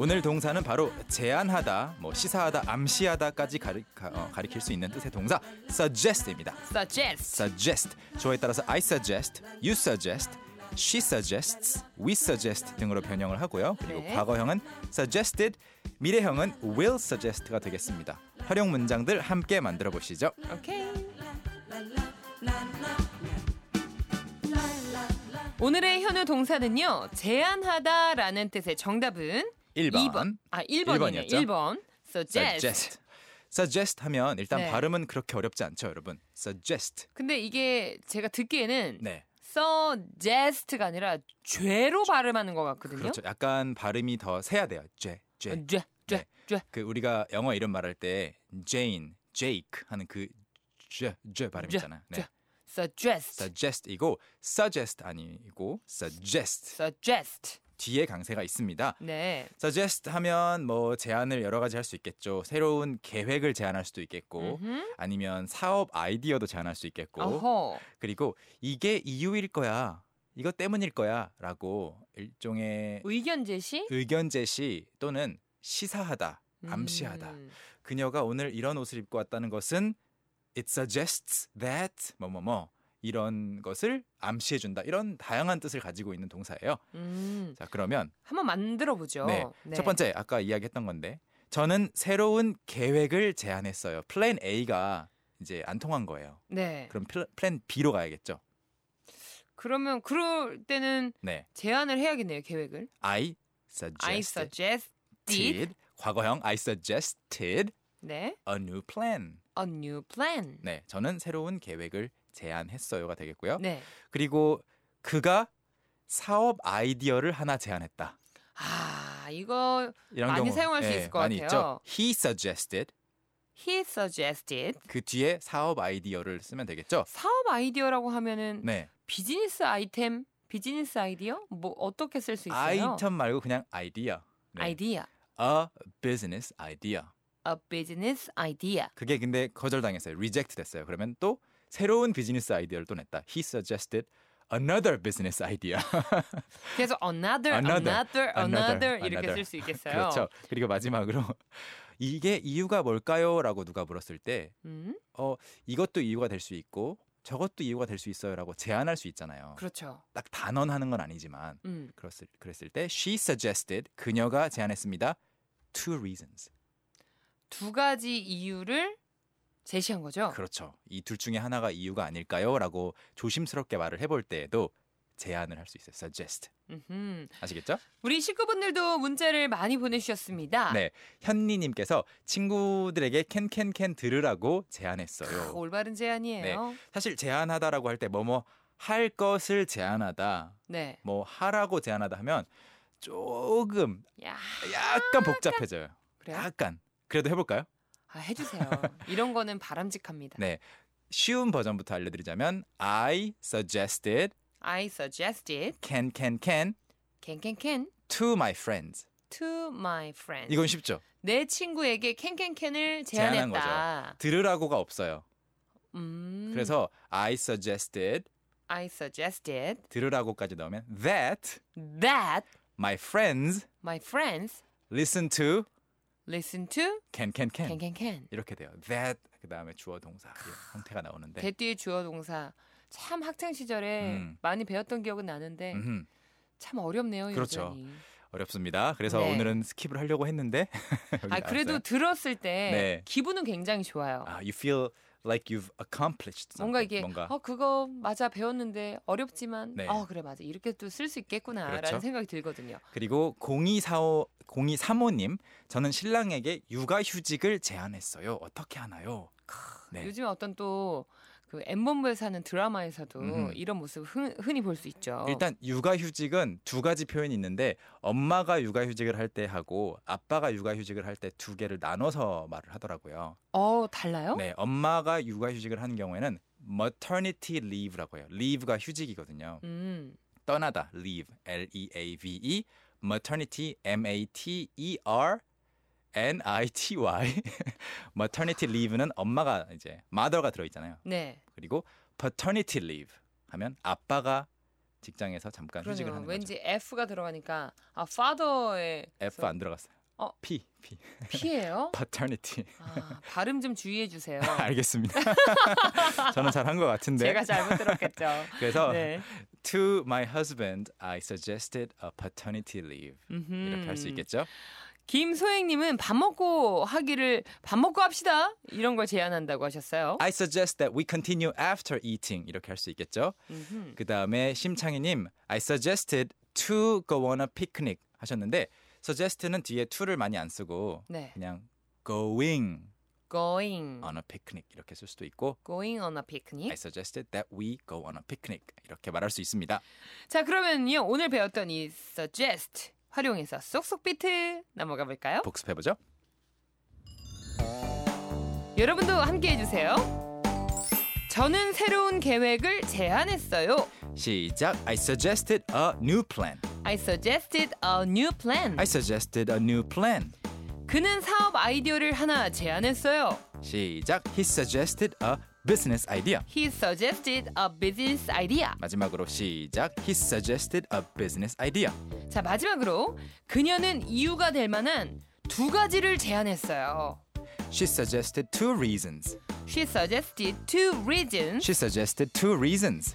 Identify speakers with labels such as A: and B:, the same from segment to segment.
A: 오늘 동사는 바로 제안하다, 뭐 시사하다, 암시하다까지 가리, 가, 어, 가리킬 수 있는 뜻의 동사 suggest입니다.
B: suggest.
A: suggest 저에 따라서 I suggest, you suggest, she suggests, we suggest 등으로 변형을 하고요. 그리고
B: 네.
A: 과거형은 suggested, 미래형은 will suggest가 되겠습니다. 활용 문장들 함께 만들어 보시죠.
B: 오케이. 오늘의 현우 동사는요. 제안하다라는 뜻의 정답은
A: 1번.
B: 2번. 아, 1번이네.
A: 1번이었죠?
B: 1번. suggest.
A: suggest. suggest 하면 일단
B: 네.
A: 발음은 그렇게 어렵지 않죠, 여러분. suggest.
B: 근데 이게 제가 듣기에는
A: 네.
B: suggest가 아니라 죄로 발음하는 것 같거든요.
A: 그렇죠. 약간 발음이 더 세야 돼요. 죄, 죄.
B: 어, 죄, 죄,
A: 네.
B: 죄.
A: 그 우리가 영어 이름 말할 때 Jane, Jake 하는 그죄죄 발음
B: 죄,
A: 있잖아요. 네.
B: 죄. suggest.
A: suggest이고 suggest 아니고 suggest
B: suggest.
A: 뒤에 강세가 있습니다.
B: 네.
A: suggest 하면 뭐 제안을 여러 가지 할 수 있겠죠. 새로운 계획을 제안할 수도 있겠고
B: 음흠.
A: 아니면 사업 아이디어도 제안할 수 있겠고
B: 어허.
A: 그리고 이게 이유일 거야. 이거 때문일 거야라고 일종의
B: 의견 제시?
A: 의견 제시 또는 시사하다, 암시하다.
B: 음.
A: 그녀가 오늘 이런 옷을 입고 왔다는 것은 it suggests that 뭐뭐뭐 이런 것을 암시해 준다. 이런 다양한 뜻을 가지고 있는 동사예요.
B: 음.
A: 자, 그러면
B: 한번 만들어 보죠.
A: 네. 첫 번째 아까 이야기했던 건데 저는 새로운 계획을 제안했어요. 플랜 A가 이제 안 통한 거예요.
B: 네.
A: 그럼 플- 플랜 B로 가야겠죠.
B: 그러면 그럴 때는
A: 네.
B: 제안을 해야겠네요, 계획을.
A: I suggested
B: I suggest did
A: 과거형 I suggested
B: 네.
A: a new plan.
B: a new plan.
A: 네, 저는 새로운 계획을 제안했어요가 되겠고요.
B: 네.
A: 그리고 그가 사업 아이디어를 하나 제안했다.
B: 아, 이거
A: 이런
B: 많이
A: 경우
B: 사용할 수
A: 예,
B: 있을 것
A: 많이
B: 같아요.
A: 있죠. He suggested
B: he suggested
A: 그 뒤에 사업 아이디어를 쓰면 되겠죠.
B: 사업 아이디어라고 하면은
A: 네,
B: 비즈니스 아이템, 비즈니스 아이디어? 뭐 어떻게 쓸 수 있어요?
A: 아이템 말고 그냥 아이디어. 네.
B: idea.
A: A business idea.
B: a business idea.
A: 그게 근데 거절당했어요. reject 됐어요. 그러면 또 새로운 비즈니스 아이디어를 또 냈다. He suggested another business idea.
B: 그래서 another another
A: Another,
B: another,
A: another,
B: 이렇게
A: another.
B: 쓸 수 있겠어요.
A: 그렇죠. 그리고 마지막으로 이게 이유가 뭘까요?라고 누가 물었을 때
B: 음?
A: 이것도 이유가 될 수 있고 저것도 이유가 될 수 있어요라고 제안할 수 있잖아요.
B: 그렇죠.
A: 딱 단언하는 건 아니지만
B: 음.
A: 그랬을, 그랬을 때 she suggested 그녀가 제안했습니다. Two reasons.
B: 두 가지 이유를 제시한 거죠.
A: 그렇죠. 이 둘 중에 하나가 이유가 아닐까요?라고 조심스럽게 말을 해볼 때에도 제안을 할 수 있어요. suggest.
B: 음흠.
A: 아시겠죠?
B: 우리 식구분들도 문자를 많이 보내주셨습니다.
A: 네. 현니님께서 친구들에게 캔캔캔 들으라고
B: 크,
A: 제안했어요.
B: 올바른 제안이에요.
A: 사실 제안하다라고 할 때 뭐뭐 할 것을 제안하다,
B: 네.
A: 뭐 하라고 제안하다 하면 조금
B: 야, 아,
A: 약간 복잡해져요.
B: 그래요?
A: 약간. 그래도 해볼까요?
B: 아, 해주세요. 이런 거는 바람직합니다.
A: 네. 쉬운 버전부터 알려드리자면 I suggested
B: I suggested
A: can can can
B: can can can
A: to my friends.
B: to my friend.
A: 이건 쉽죠.
B: 내 친구에게 can can can을
A: 제안한
B: 제안했다.
A: 들으라고가 없어요.
B: 음,
A: 그래서 I suggested
B: I suggested
A: 들으라고까지 넣으면 that
B: that
A: my friends
B: my friends
A: listen to
B: listen to
A: can can can,
B: can can can.
A: 이렇게 돼요. that 그다음에 주어 동사 이 형태가 나오는데
B: 대뒤의 주어 동사 참 학창 시절에
A: 네. 음.
B: 많이 배웠던 기억은 나는데
A: 음흠,
B: 참 어렵네요
A: 그렇죠.
B: 여전히.
A: 어렵습니다. 그래서
B: 네.
A: 오늘은 스킵을 하려고 했는데 여기
B: 아 그래도
A: 나왔어요.
B: 들었을 때
A: 네.
B: 기분은 굉장히 좋아요.
A: 아, you feel like you've accomplished something.
B: 뭔가 이게
A: 아, 그 뭔가
B: 어 그거 맞아 배웠는데 어렵지만
A: 네.
B: 아 그래 맞아 이렇게 또 쓸 수 있겠구나라는
A: 그렇죠.
B: 생각이 들거든요.
A: 그리고 0245 0235님 저는 신랑에게 육아 휴직을 제안했어요. 어떻게 하나요? 네.
B: 요즘 어떤 또그 엠본부에 사는 드라마에서도
A: 음흠.
B: 이런 모습 흔, 흔히 볼 수 있죠.
A: 일단 육아 휴직은 두 가지 표현이 있는데 엄마가 육아 휴직을 할 때 하고 아빠가 육아 휴직을 할 때 두 개를 나눠서 말을 하더라고요.
B: 어 달라요?
A: 네, 엄마가 육아 휴직을 하는 경우에는 maternity leave라고 해요. leave가 휴직이거든요.
B: 음
A: 떠나다 leave L E A V E maternity M A T E R N I T Y maternity leave는 엄마가 이제 mother가 들어 있잖아요.
B: 네.
A: 그리고 paternity leave 하면 아빠가 직장에서 잠깐 휴직을
B: 그러네요.
A: 아, 하는
B: 왠지 F가 들어가니까 아 father의
A: 거죠. F 안 들어갔어요.
B: 어.
A: P P
B: P예요?
A: paternity.
B: 아, 발음 좀 주의해 주세요.
A: 아, 알겠습니다. 저는 잘한 것 같은데. 어,
B: 제가 잘못 들었겠죠.
A: 그래서
B: 네.
A: to my husband I suggested a paternity leave 이렇게 할 수
B: 음흠.
A: 있겠죠?
B: 김소영님은 밥 먹고 하기를 밥 먹고 합시다 이런 걸 제안한다고 하셨어요.
A: I suggest that we continue after eating 이렇게 할 수 있겠죠?
B: 음흠.
A: 그 다음에 심창희님 I suggested to go on a picnic 하셨는데 suggest는 뒤에 to를 많이 안 쓰고
B: 네,
A: 그냥 going
B: going
A: on a picnic 이렇게 쓸 수도 있고
B: going on a
A: I
B: picnic.
A: suggested that we go on a picnic 이렇게 말할 수 있습니다.
B: 자 그러면요 오늘 배웠던 이 suggest 활용해서 쏙쏙 비트 넘어가 볼까요?
A: 복습해보죠.
B: 여러분도 함께 해주세요. 저는 새로운 계획을 제안했어요.
A: 시작. I suggested a new plan.
B: I suggested a new plan.
A: I suggested a new plan.
B: 그는 사업 아이디어를 하나 제안했어요.
A: 시작. He suggested a business idea.
B: He suggested a business idea.
A: 마지막으로 시작. He suggested a business idea.
B: 자 마지막으로 그녀는 이유가 될 만한 두 가지를 제안했어요.
A: She suggested two reasons.
B: She suggested two reasons.
A: She suggested two reasons.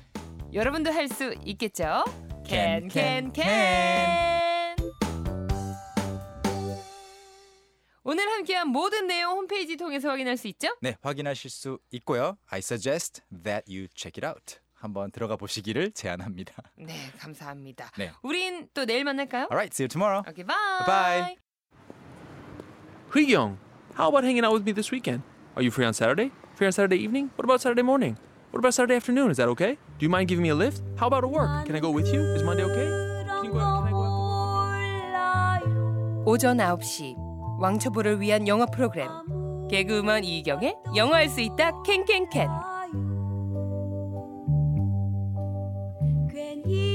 B: 여러분도 할 수 있겠죠?
A: Can,
B: Can can
A: can,
B: can. 오늘 함께한 모든 내용 홈페이지 통해서 확인할 수 있죠?
A: 네, 확인하실 수 있고요. I suggest that you check it out. 한번 들어가 보시기를 제안합니다.
B: 네, 감사합니다.
A: 네.
B: 우린 또 내일 만날까요?
A: Alright, see you tomorrow.
B: 오케이, 바이.
A: Bye.
C: Young, how about hanging out with me this weekend? Are you free on Saturday? Free on Saturday evening? What about Saturday morning? What about Saturday afternoon? Is that okay? Do you mind giving me a lift? How about at work? Can I go with you? Is Monday okay? Can you go out? Can I go out?
B: 오전 9시 왕초보를 위한 영어 프로그램 개그우먼 이경의 영어할 수 있다 캔캔캔
D: 괜히